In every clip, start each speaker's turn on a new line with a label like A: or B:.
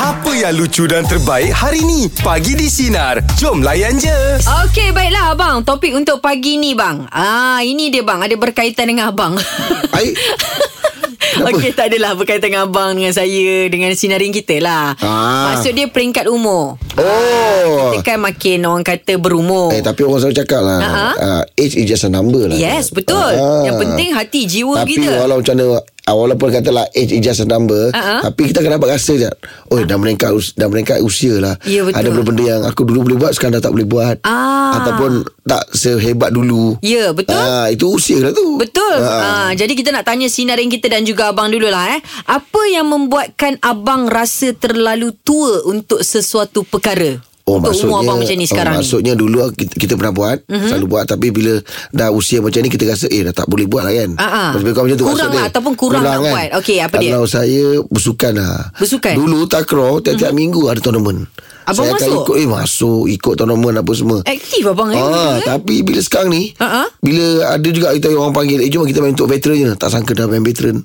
A: Apa yang lucu dan terbaik hari ni? Pagi di Sinar. Jom layan je.
B: Okey, baiklah abang. Topik untuk pagi ni bang. Ah, ini dia bang, ada berkaitan dengan abang.
C: Baik.
B: Okey, tak adalah berkaitan dengan abang dengan saya dengan sinarin kita lah.
C: Ah.
B: Maksud dia peringkat umur.
C: Oh.
B: Kita kan makin orang kata berumur.
C: Eh tapi orang selalu cakap lah
B: Ha-ha.
C: uh, Age is just a number lah
B: Yes, betul.
C: Ah.
B: Yang penting hati jiwa
C: Tapi
B: kita.
C: walau macam mana ah, Walaupun katalah Age is just a number
B: Ha-ha.
C: Tapi kita akan dapat rasa je Oh dah meningkat us- Dah meningkat usia lah
B: Ya, betul.
C: Ada benda-benda yang Aku dulu boleh buat Sekarang dah tak boleh buat
B: Ah.
C: Ataupun Tak sehebat dulu
B: Ya, betul.
C: Ah, Itu usia lah tu
B: Betul. Ha.
C: Ah.
B: jadi kita nak tanya sinarin kita dan juga abang dululah eh. Apa yang membuatkan abang rasa terlalu tua untuk sesuatu perkara?
C: Oh
B: untuk
C: maksudnya
B: umur abang macam ni sekarang
C: oh,
B: ni. Mhm.
C: Maksudnya dulu kita, kita pernah buat mm-hmm. Selalu buat Tapi bila dah usia macam ni Kita rasa eh dah tak boleh buat lah kan
B: Ah, ah.
C: Lebih kurang macam tu
B: Kurang
C: maksud dia.
B: lah ataupun kurang nak buat. Okey, apa dia?
C: Kalau saya bersukan lah
B: Bersukan? Mhm.
C: Dulu takraw Tiap-tiap mm-hmm. minggu ada tournament
B: Abang
C: saya
B: masuk?
C: Akan ikut, eh masuk Ikut tournament apa semua
B: Aktif abang eh.
C: Ah,
B: betul, eh?
C: tapi bila sekarang ni
B: Ah, ah.
C: Bila ada juga kita orang panggil Eh jom kita main untuk veteran je Tak sangka dah main veteran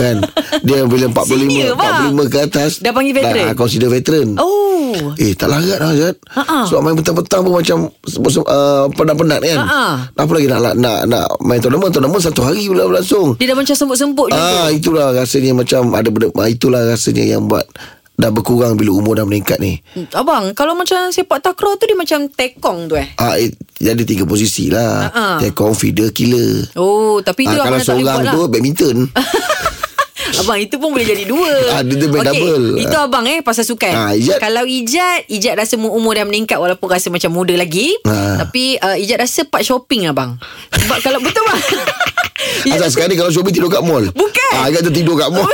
C: Kan Dia bila 45
B: Senior, bang.
C: 45 ke atas
B: Dah panggil veteran?
C: Dah consider veteran
B: Oh.
C: Eh tak larat lah Zat
B: Ha-ha.
C: Sebab main petang-petang pun macam uh, Penat-penat kan
B: Ha-ha.
C: Apa lagi nak, nak, nak, nak main tournament Tournament satu hari pula berlangsung
B: Dia dah macam semput-semput dulu.
C: Ah Itulah rasanya macam ada benda, ah, Itulah rasanya yang buat Dah berkurang bila umur dah meningkat ni
B: Abang, kalau macam sepak takraw tu dia macam tekong tu eh.
C: Ah, eh, jadi tiga posisi lah
B: Ha-ha.
C: Tekong, feeder, killer
B: Oh, tapi itu
C: Ah,
B: abang dah tak
C: Kalau
B: boleh
C: seorang
B: buat lah.
C: tu badminton
B: Abang itu pun boleh jadi dua
C: Ah, dia- dia main
B: Okey,
C: double.
B: Itu abang eh Pasal sukan
C: Ah, Ijat.
B: Kalau Ijat Ijat rasa mu- umur dah meningkat Walaupun rasa macam muda lagi
C: Ah.
B: Tapi uh, Ijat rasa part shopping abang Sebab kalau betul bang Ijat
C: Asal sekarang ni kalau Shobi tidur kat mall
B: Ya. Bukan.
C: ah, Agak tertidur kat mall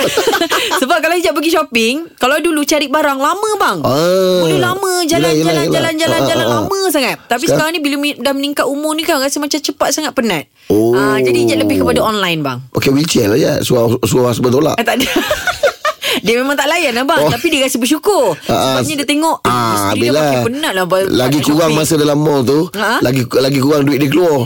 B: Sebab kalau Ijat pergi shopping Kalau dulu cari barang Lama bang
C: Ah.
B: Mula lama Jalan
C: Yelah, yelah,
B: jalan jalan jalan
C: yelah. Ah, ah,
B: jalan
C: ah.
B: Lama sangat Tapi sekarang, ni Bila
C: Sekarang-
B: mi- dah meningkat umur ni kan Rasa macam cepat sangat penat
C: Oh.
B: Ah, Jadi Ijat lebih kepada online bang
C: Pakai wheelchair lah ya Suara, suara husband tolak
B: Ah, tak ada. Dia memang tak layan abang oh.
C: Oh.
B: Tapi dia rasa bersyukur
C: Ah,
B: Sebabnya dia tengok eh,
C: ah,
B: Isteri dia
C: Bella.
B: makin penat lah abang-
C: Lagi
B: nak
C: kurang
B: shopping.
C: masa dalam mall tu
B: Ah.
C: Lagi lagi kurang duit dia keluar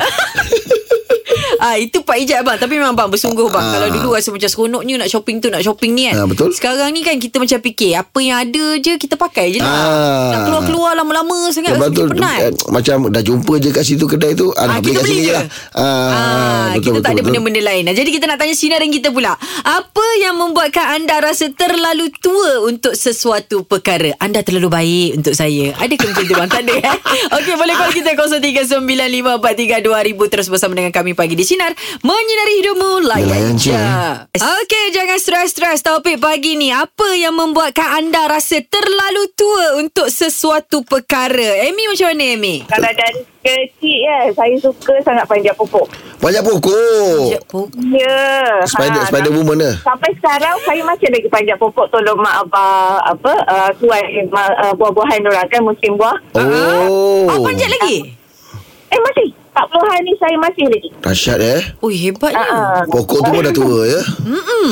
B: ah, Itu Pak Ijat abang Tapi memang abang bersungguh abang
C: Ah.
B: Kalau dulu rasa macam seronoknya Nak shopping tu nak shopping ni kan
C: Ah, betul.
B: Sekarang ni kan kita macam fikir Apa yang ada je kita pakai je lah
C: Ah.
B: Nak keluar-keluar lama-lama sangat Rasa
C: Lepas tu
B: macam penat
C: eh, Macam dah jumpa je kat situ kedai tu
B: Ah,
C: ah, nak
B: kita
C: kat
B: beli
C: sini
B: je.
C: lah
B: Ah, kita
C: betul, betul,
B: tak ada
C: betul.
B: benda-benda lain. Jadi kita nak tanya sinaran kita pula. Apa yang membuatkan anda rasa terlalu tua untuk sesuatu perkara? Anda terlalu baik untuk saya. Ada ke macam tu bang? Tak ada eh? Okey, boleh call kita 0395432000 terus bersama dengan kami pagi di Sinar. Menyinari hidupmu. Layan
C: Layan
B: je.
C: je.
B: Okey, jangan stres-stres topik pagi ni. Apa yang membuatkan anda rasa terlalu tua untuk sesuatu perkara? Amy macam mana Amy?
D: Kalau dari kecil kan Saya suka sangat panjat pokok
C: Panjat pokok
B: Ya, Ah, pokok.
D: Ya yeah.
C: Spider, spider woman lah
D: Sampai sekarang Saya masih lagi panjat pokok Tolong mak abah Apa uh, Tuai uh, Buah-buahan orang kan Musim buah
B: Ah,
C: Oh
B: Oh, panjat lagi?
D: Eh masih 40 hari ni Saya masih lagi
C: Dahsyat eh
B: Oh, hebatnya.
D: Ah, ah.
C: Pokok tu pun dah tua ya
B: Hmm.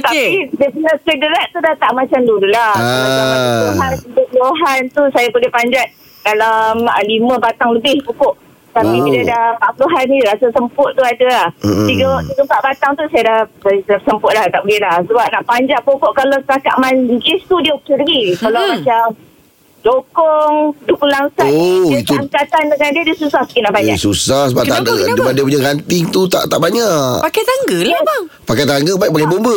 B: Okey.
D: Tapi dia punya kederat tu dah tak macam dulu lah. Kalau
C: Ah.
D: zaman Tuhan, tu saya boleh panjat dalam ah, lima batang lebih pokok. Tapi
C: Wow.
D: bila dah 40 hari ni rasa semput tu ada lah.
C: Mm-mm.
D: Tiga, tiga empat batang tu saya dah, saya dah semput dah. Tak boleh dah. Sebab nak panjat pokok kalau setakat manjis tu dia okey lagi. Kalau
B: Mm-mm.
D: macam dokong, dukung langsat.
C: Oh,
D: dia
C: itu-
D: angkatan dengan dia, dia susah sikit nak
C: Eh,
D: panjat.
C: susah sebab
B: Kenapa,
C: tak ada
B: kenapa?
C: sebab dia punya ranting tu tak tak banyak.
B: Pakai tangga lah bang
C: Pakai tangga baik pakai bomba.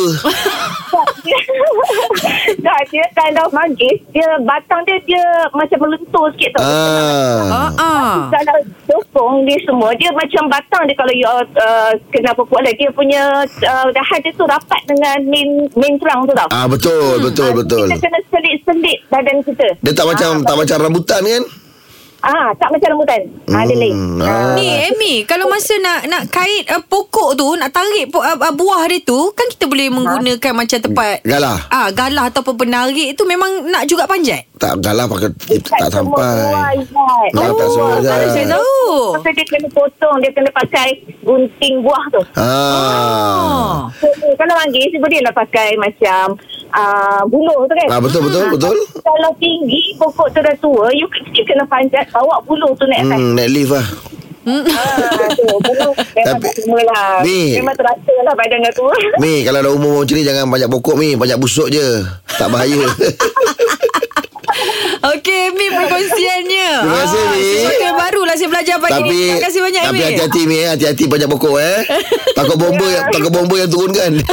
D: tak, dia kalau manggis, dia batang dia dia macam melentur sikit tau.
C: ah.
B: Ah, ah.
D: Kalau sokong dia semua, dia macam batang dia kalau you uh, kena pokok lah. Dia punya uh, dahan dia tu rapat dengan main, main terang tu tau.
C: Ah betul betul betul.
D: Kita kena selit-selit badan kita.
C: Dia tak macam tak macam rambutan kan?
D: Ah, tak macam rambutan. Hmm. Ada lain.
C: Hmm,
D: Ah.
B: Ni Amy Kalau masa nak nak kait uh, pokok tu Nak tarik po, uh, uh, buah dia tu Kan kita
C: Ah.
B: boleh menggunakan macam tempat
C: Galah.
B: Ah, galah ataupun penarik tu Memang nak juga panjat
C: Tak galah pakai eh, tak sampai. Oh.
D: Buah,
C: Galah tak semua
B: Oh,
C: Zat.
B: baru saya tahu
D: Masa dia kena potong, dia kena pakai gunting buah tu.
C: Ha. Ah.
B: ah.
D: So, kalau manggis boleh lah pakai macam uh, buluh tu kan.
C: Ah betul betul betul.
D: Kalau tinggi pokok tu dah tua, you still kena panjat bawa buluh tu naik atas.
C: Hmm, naik lift lah.
D: Ah, tu. Memang, memang
C: Tapi-
D: tak semua lah.
C: Babe.
D: Memang terasa lah badan aku.
C: Mi kalau dah umur macam ni Jangan banyak pokok Mi Banyak busuk je Tak bahaya
B: Okey, Mi perkongsiannya. Ah,
C: Ah. Terima kasih, Mi.
B: Sesuatu yang baru lah saya belajar pagi ni.
C: Tapi
B: Terima kasih banyak, Mi.
C: Tapi hati-hati Mi eh. Hati-hati banyak pokok eh Takut bomba yang, Takut bomba yang turunkan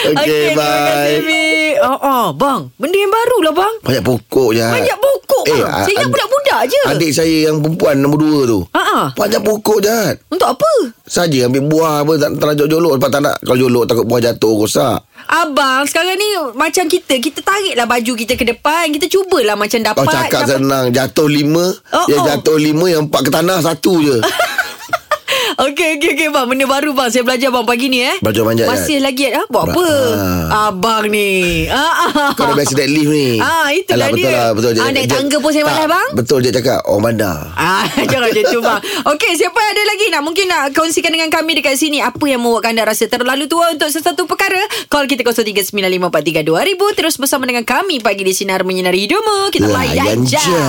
C: Okay,
B: Ya. Okey,
C: okay
B: Terima kasih,
C: bye
B: Mi. Oh, oh, bang. Benda yang baru lah, bang.
C: Banyak pokok je
B: Banyak pokok, bang. Saya ingat
C: ad-
B: budak-budak je.
C: Ah. Eh,
B: Ha.
C: Adik saya yang perempuan Nombor dua tu
B: Ha-ha.
C: Banyak pokok je
B: Untuk apa?
C: Saja ambil buah apa Tak, tak nak jolok Lepas tak nak Kalau jolok takut buah jatuh rosak
B: Abang, sekarang ni macam kita, kita tariklah baju kita ke depan. Kita cubalah macam dapat.
C: Kau Oh, cakap
B: dapat.
C: senang Jatuh lima
B: Oh,
C: oh, Yang
B: oh.
C: jatuh lima Yang empat ke tanah Satu je
B: Okey, okey, okey, bang. Benda baru, bang. Saya belajar, bang, pagi ni, eh.
C: Belajar manjat,
B: Masih
C: Jad.
B: lagi, ha? Buat
C: Ba-
B: apa?
C: Ah.
B: Abang ni. Ah, ah.
C: Kau dah biasa dead lift ni
B: Ah, itulah
C: Alah, Betul
B: dia.
C: lah betul
B: Ah, naik tangga pun saya
C: tak,
B: malas, bang.
C: Betul je cakap Orang bandar
B: Ah, jangan macam tu bang. Okey, siapa ada lagi nak mungkin nak kongsikan dengan kami dekat sini apa yang membuatkan anda rasa terlalu tua untuk sesuatu perkara? Call kita 0395432000 terus bersama dengan kami pagi di sinar menyinari hidupmu.
C: Ya,
B: Kita
C: Lah,
B: layan je.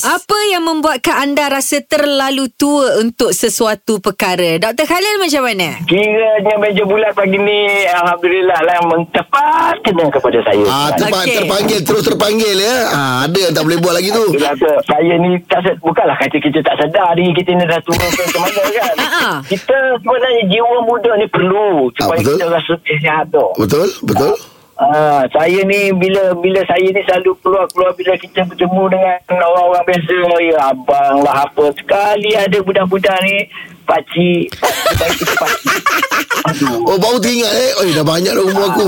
B: Apa yang membuatkan anda rasa terlalu tua untuk sesuatu perkara? Dr. Khalil macam mana?
E: Kiranya meja bulat pagi ni Alhamdulillah lah Memang tepat kena kepada saya
C: Ah, terpa-
B: Okey.
C: terpanggil terus terpanggil ya. Ah, ada yang tak boleh buat lagi tu.
E: Yelah tu, saya ni tak se- bukanlah kata kita tak sedar diri kita ni dah tua ke macam mana kan.
C: Ha,
B: Ha-ha.
E: kita sebenarnya jiwa muda ni perlu supaya
C: betul.
E: kita rasa sihat tu.
C: Betul? Betul?
E: Ah, saya ni bila bila saya ni selalu keluar-keluar bila kita bertemu dengan orang-orang biasa ya abang lah apa sekali ada budak-budak ni pakcik supaya kita pakcik. Aduh.
C: Oh, baru teringat eh. Oi, dah banyak dah umur aku.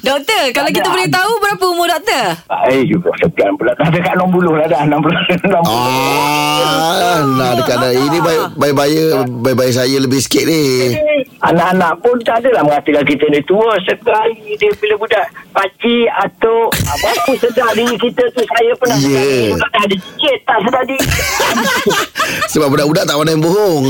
B: Doktor, kalau kita boleh tahu berapa umur doktor?
E: Eh, juga sekian pula. Dah dekat 60 lah dah. 60. 60.
C: Ah, nah dekat dah. Ini baik baik baik baik baik saya lebih sikit ni.
E: Anak-anak pun tak adalah mengatakan kita ni tua sekali dia bila budak pakcik atau apa pun sedar diri kita tu saya pernah
C: Ya.
E: sedar diri budak dah ada cicit tak sedar diri
C: Sebab budak-budak tak pandai bohong.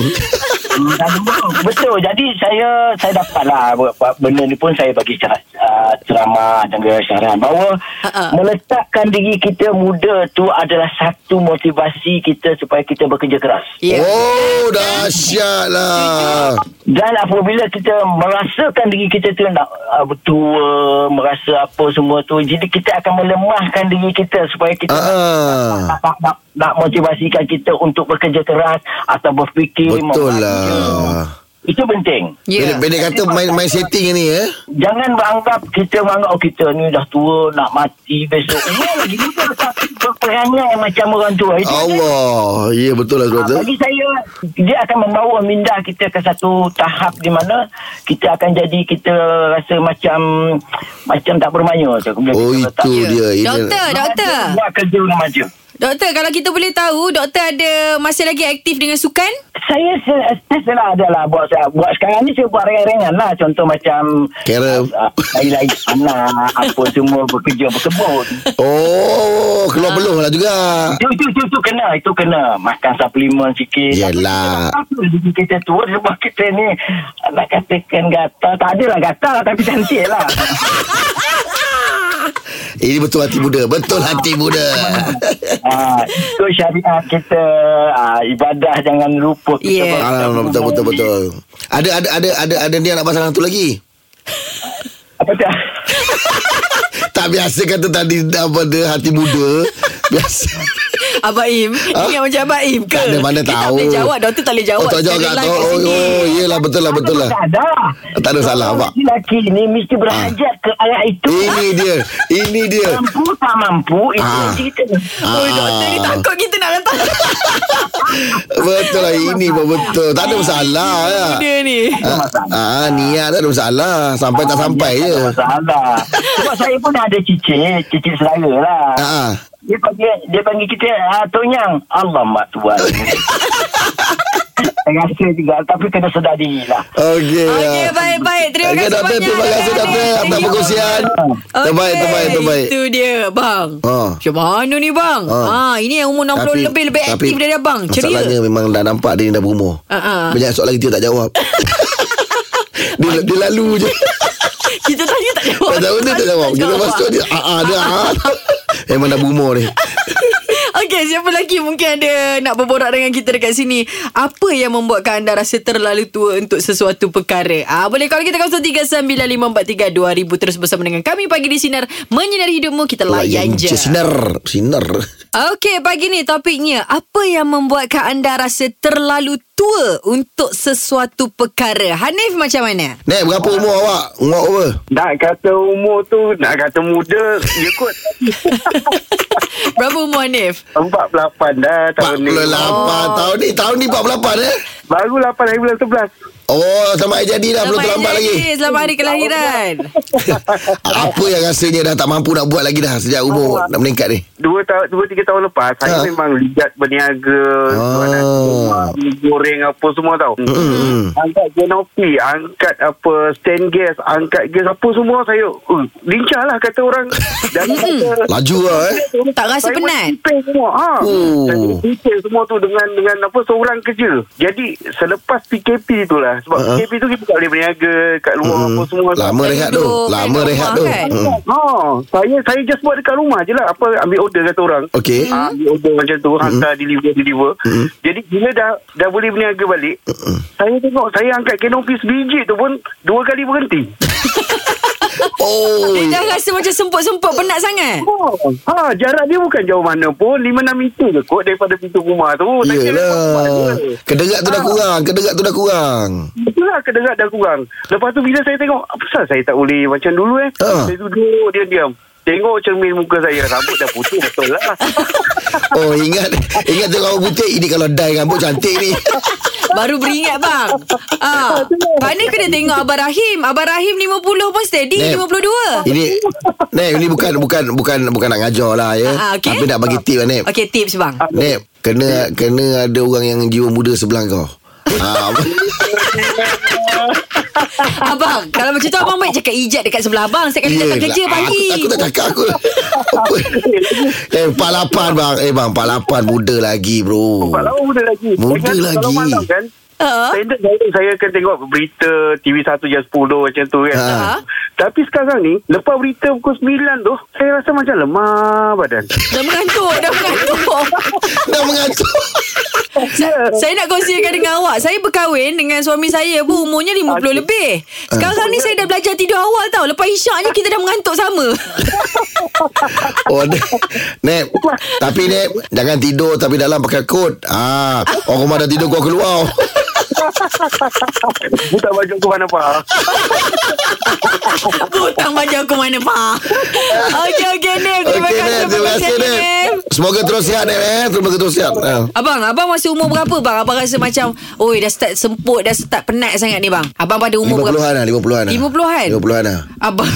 E: Hmm, tak ada bau. betul jadi saya saya dapatlah apa- benda ni pun saya bagi cara, uh, ceramah dan juga syaran bahawa
B: Ha-ha.
E: meletakkan diri kita muda tu adalah satu motivasi kita supaya kita bekerja keras
B: Ya.
C: Oh, lah. dahsyatlah.
E: Dan apabila kita merasakan diri kita tu nak uh, tua, merasa apa semua tu, jadi kita akan melemahkan diri kita supaya kita
C: Ah, ah.
E: nak, nak, nak, nak motivasikan kita untuk bekerja keras atau berfikir.
C: Betul
E: membaca.
C: lah.
E: Itu penting.
B: Ya.
C: Pendek pendek kata main main setting ni eh.
E: Jangan beranggap kita menganggap oh, kita ni dah tua, nak mati besok. Ya, lagi kita tetap berperangai macam orang tua. Itu
C: Allah. Ya betul lah
E: Ah,
C: kata.
E: Bagi saya dia akan membawa minda kita ke satu tahap di mana kita akan jadi kita rasa macam macam tak bermaya tu. Bila
C: Oh,
E: kita letak-
C: itu dia. Ini-
B: Doktor, doktor.
E: Buat kerja remaja.
B: Doktor, kalau kita boleh tahu doktor ada masih lagi aktif dengan sukan?
E: Saya se- saya selalu ada lah buat, saya- buat sekarang ni saya buat ringan-ringan lah contoh macam
C: Karen.
E: ah, lain-lain anak apa semua bekerja berkebun
B: Ah.
C: Oh, keluar peluh lah juga.
E: itu, itu, itu, itu kena itu kena makan suplemen sikit
C: Yelah.
E: Apa diri kita tua sebab kita ni nak katakan gatal. Tak adalah gatal tapi cantik lah.
C: Ini betul hati muda. Betul hati muda.
E: ha, itu syariat kita. Ha, ibadah jangan lupa. Kita
B: Yeah.
C: Alah, betul betul betul. Ada ada ada ada ada dia nak pasang satu lagi.
E: Apa tu?
C: Tak biasa kata tadi apa dia hati muda. Biasa.
B: Abang Im ha?
C: Ha?
B: Ingat macam Abang Im ke
C: Tak ada mana
B: Dia tak
C: tahu.
B: boleh jawab Doktor tak boleh jawab
C: Oh, tak jawab
B: Sekali
C: kat
B: live kat
C: oh, oh,
B: sini.
C: oh, yelah betul lah betul lah.
E: Tak ada.
C: Tak ada salah, Abang.
E: Lelaki ni mesti berhajat ke arah itu.
C: Ini dia. Ini dia.
E: Mampu tak mampu. Itu
C: Ah.
E: yang kita.
B: Oh, doktor ni takut kita nak letak
C: Betul lah ini pun betul. Tak ada masalah ya.
B: Dia ni
C: Ah, ah, niat tak ada masalah. Sampai tak sampai ya. je.
E: Salah. Sebab saya pun ada cicit. Cicit selera lah.
C: Ah. ah.
E: Dia panggil dia panggil kita ah, tonyang. Allah mak tuan. Saya rasa juga tapi kena sedar diri lah.
C: Okey.
B: Okey
C: ah.
B: baik-baik Terima
C: Okey,
B: kasih
C: doktor,
B: banyak
C: terima kasih doktor atas
B: Thank you.
C: perkongsian. Terbaik,
B: Okey,
C: terbaik, terbaik.
B: Itu dia bang
C: Ha.
B: Macam mana ni bang ha.
C: Ha.
B: Ini yang umur 60 lebih Lebih aktif dari abang Ceria
C: Masalahnya memang dah nampak dia ni dah berumur.
B: Ah, ah.
C: Banyak soalan kita tak jawab. dia, dia lalu je.
B: Kita tanya tak jawab
C: tak tahu dia tak jawab. Kita masuk dia. Ah, ah, dia. ah. Memang dah berumur
B: Okey
C: ni.
B: Okey, siapa lagi mungkin ada nak berborak dengan kita dekat sini. Apa yang membuatkan anda rasa terlalu tua untuk sesuatu perkara? Ah, boleh call kita 0395432000 terus bersama dengan kami pagi di Sinar. Menyinari hidupmu, kita layan je.
C: Sinar Sinar
B: Okey, pagi ni topiknya apa yang membuatkan anda rasa terlalu tua untuk sesuatu perkara? Hanif macam mana?
C: Nek berapa umur awak Umur apa
F: Nak kata umur tu Nak kata muda Ya kot
B: Berapa umur Hanif?
F: 48 dah tahun ni
C: 48
B: Oh.
C: tahun ni Tahun ni 48 eh
F: Baru 8 hari bulan 11
C: Oh sama hari jadi dah Belum terlambat
B: hari
C: lagi
B: jadi, Selamat hari kelahiran.
C: Apa yang rasanya dah tak mampu nak buat lagi dah Sejak umur
B: lah.
C: nak meningkat ni
F: dua tahun dua tiga tahun lepas ha. saya
C: Ha.
F: memang lihat berniaga
C: Ah.
F: jual nasi lemak, mi goreng apa semua tau
C: hmm.
F: angkat kanopi angkat apa stand gas angkat gas apa semua saya uh, lincah lah kata orang dan kata
C: Laju lah eh
B: Tak Hmm. rasa
F: saya
B: penat.
F: masih prepare semua ha.
C: Oh.
F: Saya masih prepare semua tu dengan dengan apa seorang kerja. Jadi selepas PKP tu lah sebab
C: Ha.
F: uh-huh. PKP tu kita tak boleh berniaga kat luar
C: Mm-mm.
F: apa semua.
C: Hmm. Lama
B: Dah
C: rehat tu
B: duduk kat
C: Lama
B: rumah
C: rehat tu
B: kan?
C: Mm.
F: Ha, saya saya just buat dekat rumah je lah apa ambil order kata orang.
C: Okey
B: Hmm.
F: Ah, ambil order macam tu
C: Mm-hmm.
F: hantar deliver deliver jadi bila dah dah boleh berniaga balik
C: Mm-hmm.
F: saya tengok saya angkat kanopi sebiji tu pun dua kali berhenti
C: Oh
B: Dia dah rasa macam semput-semput penat sangat.
F: oh. ha jarak dia bukan jauh mana pun 5 6 meter je kot daripada pintu rumah tu Saya kira lepas rumah
C: Yelah
F: je.
C: Kedengat tu dah kurang Kedengat tu dah kurang
F: Itulah kedengar dah kurang Lepas tu bila saya tengok Apa pasal saya tak boleh Macam dulu eh
C: Ha.
F: Saya duduk Dia diam Tengok cermin muka saya Rambut dah putih Betul lah
C: Oh ingat Ingat tengok orang putih Ini kalau dye rambut cantik ni
B: Baru beringat bang. Ah. Pak ni kena tengok Abang Rahim. Abang Rahim 50 pun steady
C: Nep.
B: 52.
C: Ini Nep ini bukan Bukan bukan bukan nak ngajar lah ya
B: Ah, okey.
C: Tapi nak bagi tip lah Nep
B: Okey tips bang.
C: Nep Kena kena ada orang yang jiwa muda sebelah kau ha,
B: Abang, kalau macam tu abang baik cakap ijat dekat sebelah abang. Setiap kali datang kerja pagi.
C: lah. Aku, aku tak cakap aku Apa Eh 48 bang Eh bang 48 muda lagi bro
F: Pak Lau muda lagi
C: Muda
F: Ingat Kalau
C: lagi.
F: malam kan
B: Ah.
F: Standard saya, saya akan tengok berita TV1 jam 10 macam tu kan.
C: Ha.
B: Ha.
F: Tapi sekarang ni, lepas berita pukul 9 tu, saya rasa macam lemah badan.
B: Dah mengantuk, dah mengantuk.
C: Dah mengantuk
B: saya nak kongsikan dengan awak. Saya berkahwin dengan suami saya pun umurnya 50
F: Okey.
B: lebih.
C: Eh.
B: Sekarang ni saya dah belajar tidur awal tau. Lepas isyak je kita dah mengantuk sama.
C: Oh, Nep. Nep. Tapi Nep, jangan tidur tapi dalam pakai kot. Ah, orang rumah dah tidur kau keluar.
F: Buta baju aku mana pak.
B: Butang baju aku mana pak. Okey, okey Nif. Terima
C: Okey,
B: kasih.
C: Nep. Terima kasih, Nep.
B: Nif.
C: Semoga terus sihat, Nep. Eh? Semoga terus sihat. Ah.
B: Abang, abang masa umur berapa bang? Abang rasa macam, oi dah start semput, dah start penat sangat ni bang. Abang pada umur berapa?
C: 50-an lah, 50-an lah.
B: 50-an?
C: 50-an lah.
B: Abang.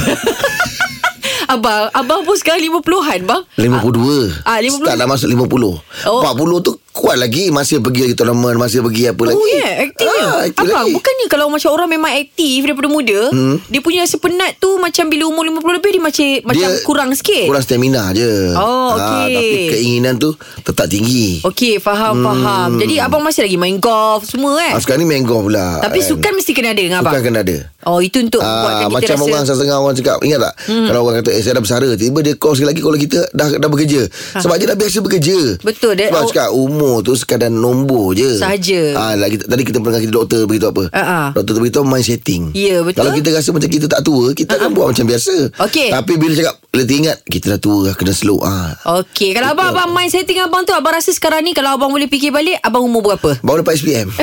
B: abang, abang pun sekarang 50-an bang.
C: 52
B: Ah, 50.
C: Start dah masuk 50 oh.
B: Oh.
C: 40 tu kuat lagi Masih pergi lagi tournament Masih pergi apa lagi
B: Oh yeah, aktifnya.
C: ah, aktif
B: Abang,
C: lagi.
B: bukannya kalau macam orang memang aktif daripada muda, hmm. dia punya rasa penat tu macam bila umur 50 lebih dia macam dia macam kurang sikit.
C: Kurang stamina je
B: Oh,
C: Ah,
B: okey.
C: Tapi keinginan tu Tetap tinggi
B: Okey, faham, hmm. faham. Jadi abang masih lagi main golf semua kan?
C: ah, Sekarang ni main golf pula
B: Tapi
C: kan.
B: sukan mesti kena ada dengan abang.
C: Sukan kena ada
B: Oh, itu untuk
C: Ah,
B: buatkan kita
C: macam
B: rasa
C: orang setengah orang cakap Ingat tak hmm. Kalau orang kata Eh saya dah bersara Tiba dia call sekali lagi Kalau kita dah dah bekerja Sebab dia dah biasa bekerja
B: Ha. Betul, dia-
C: Sebab
B: oh.
C: cakap umur tu Sekadar nombor je
B: Sahaja.
C: ah, lagi, Tadi kita pernah kita doktor Beritahu apa
B: Ah, ah.
C: Doktor tu beritahu Mind setting
B: Ya, betul. Ha,
C: Kalau kita rasa macam kita tak tua Kita akan buat macam biasa
B: Okey.
C: Tapi bila cakap Bila teringat Kita dah tua dah Kena slow ah.
B: Okey, kalau abang abang mind setting abang tu abang rasa sekarang ni kalau abang boleh fikir balik abang umur berapa?
C: Baru dapat SPM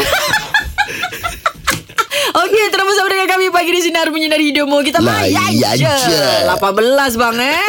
B: Okey, terus bersama dengan kami pagi di Sinar Menyinari Hidupmu. Kita
C: Layan
B: layan je.
C: je.
B: 18 bang eh.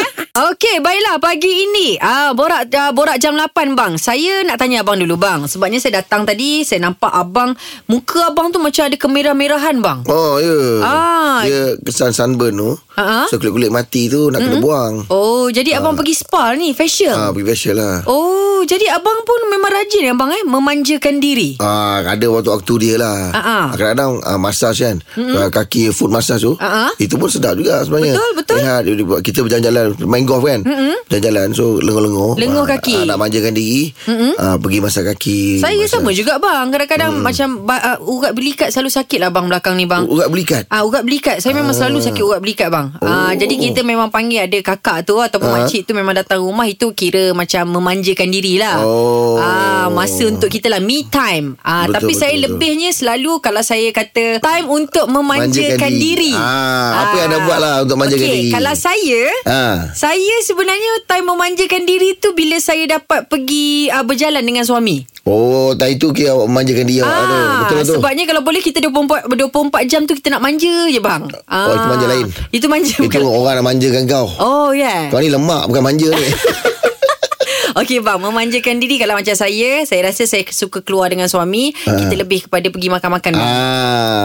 B: Okey, baiklah pagi ini. Ah, borak ah, borak jam 8 bang. Saya nak tanya abang dulu bang. Sebabnya saya datang tadi, saya nampak abang muka abang tu macam ada kemerah-merahan bang.
C: Oh ya
B: Ah.
C: Dia kesan sunburn tu
B: Ah, ah.
C: So kulit-kulit mati tu Nak kena buang
B: Oh, jadi abang pergi spa ni, facial.
C: Ah, Pergi facial lah
B: Oh, jadi abang pun memang rajin abang eh memanjakan diri.
C: Ah, ada waktu-waktu dia lah.
B: Ah, ah.
C: Ah, Kadang-kadang ah, massage kan. Mm-hmm. Kaki foot massage tu.
B: Ah, ah.
C: Itu pun sedap juga sebenarnya.
B: Betul, betul.
C: Rehat, dia- dia buat- kita berjalan-jalan main main golf kan mm-hmm. Jalan-jalan So lengur-lengur
B: Lengur
C: Ah,
B: kaki.
C: ah, Nak manjakan diri mm-hmm. Pergi masak kaki
B: Saya
C: masak.
B: sama juga bang Kadang-kadang hmm. macam ba- uh, Urat belikat selalu sakit lah bang Belakang ni bang
C: Urat belikat
B: Ah urat belikat Saya memang selalu sakit urat belikat bang ah,
C: Oh.
B: Jadi kita memang panggil ada kakak tu Ataupun
C: Ah.
B: makcik tu memang datang rumah Itu kira macam memanjakan diri lah
C: Oh.
B: ah, Masa untuk kita lah Me time ah,
C: Betul,
B: Tapi
C: betul,
B: saya
C: betul.
B: lebihnya selalu Kalau saya kata Time untuk memanjakan
C: Manjakan
B: diri,
C: diri. Ah, apa yang anda buat lah untuk manjakan
B: Okey,
C: diri?
B: Kalau saya
C: Ah.
B: Saya sebenarnya Time memanjakan diri tu Bila saya dapat pergi ah, Berjalan dengan suami
C: Oh tak itu kira awak manjakan diri awak tu Betul lah tu
B: Ah, Sebabnya kalau boleh kita 24, 24 jam tu kita nak manja je bang. Ah,
C: Oh, itu manja lain.
B: Itu manja
C: Itu
B: bukan.
C: orang nak manjakan kau
B: Oh yeah.
C: Kau ni lemak bukan manja ni
B: Okey bang, memanjakan diri kalau macam saya, saya rasa saya suka keluar dengan suami, kita lebih kepada pergi makan-makan bang.
C: Ah,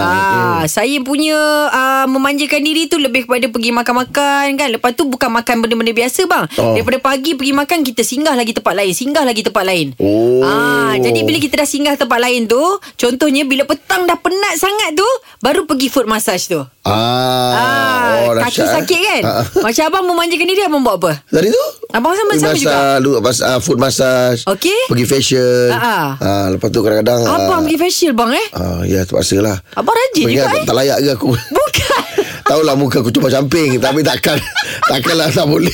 B: Ah, saya punya uh, memanjakan diri tu lebih kepada pergi makan-makan kan. Lepas tu bukan makan benda-benda biasa bang.
C: Oh.
B: Daripada pagi pergi makan kita singgah lagi tempat lain, singgah lagi tempat lain.
C: Oh.
B: Ah, jadi bila kita dah singgah tempat lain tu, contohnya bila petang dah penat sangat tu, baru pergi food massage tu.
C: ah.
B: Ah,
C: oh,
B: kaki
C: dahsyat, eh.
B: sakit kan?
C: Ah, ah.
B: Macam abang memanjakan diri abang buat apa?
C: Tadi tu
B: Abang sama-
C: Pergi
B: sama
C: massage,
B: juga?
C: lu- mas, ah, Food massage
B: Okey.
C: Pergi facial
B: Ah, ah.
C: Ah, Lepas tu kadang-kadang
B: Abang pergi facial bang eh?
C: ah, Ya terpaksa lah
B: Abang rajin
C: Pergi
B: juga,
C: tak-
B: eh?
C: Tak layak ke aku
B: Bukan.
C: Tahulah muka aku cuma camping Tapi takkan Takkanlah tak boleh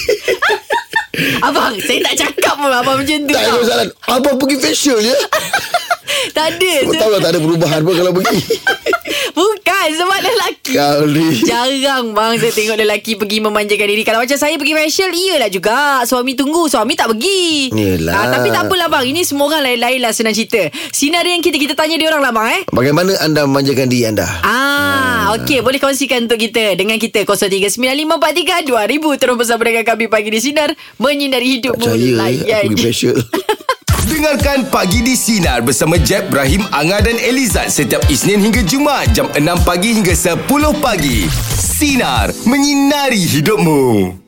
B: Abang, saya tak cakap pun abang macam tu.
C: Tak ada
B: tau.
C: masalah Abang pergi facial je
B: tak ada.
C: Kau tahu lah tak ada perubahan pun Kalau pergi Ya
B: Bukan sebab lelaki.
C: Kau ni
B: Jarang bang saya tengok lelaki pergi memanjakan diri. Kalau macam saya pergi facial, iyalah juga. Suami tunggu, suami tak pergi.
C: Yelah.
B: Ah, tapi tak apalah bang, ini semua orang lain-lain lah senang cerita. Sinar yang kita, kita tanya dia orang lah bang eh.
C: Bagaimana anda memanjakan diri anda Hmm.
B: Ah, okey boleh kongsikan untuk kita dengan kita 0395432000 terus bersama dengan kami pagi di sinar menyinari
C: Tak
B: hidupmu
C: percaya eh,
B: layan.
C: Aku pergi facial
A: Dengarkan Pagi di Sinar bersama Jeb, Ibrahim, Anga dan Elizad setiap Isnin hingga Jumaat jam 6 pagi hingga 10 pagi. Sinar, menyinari hidupmu.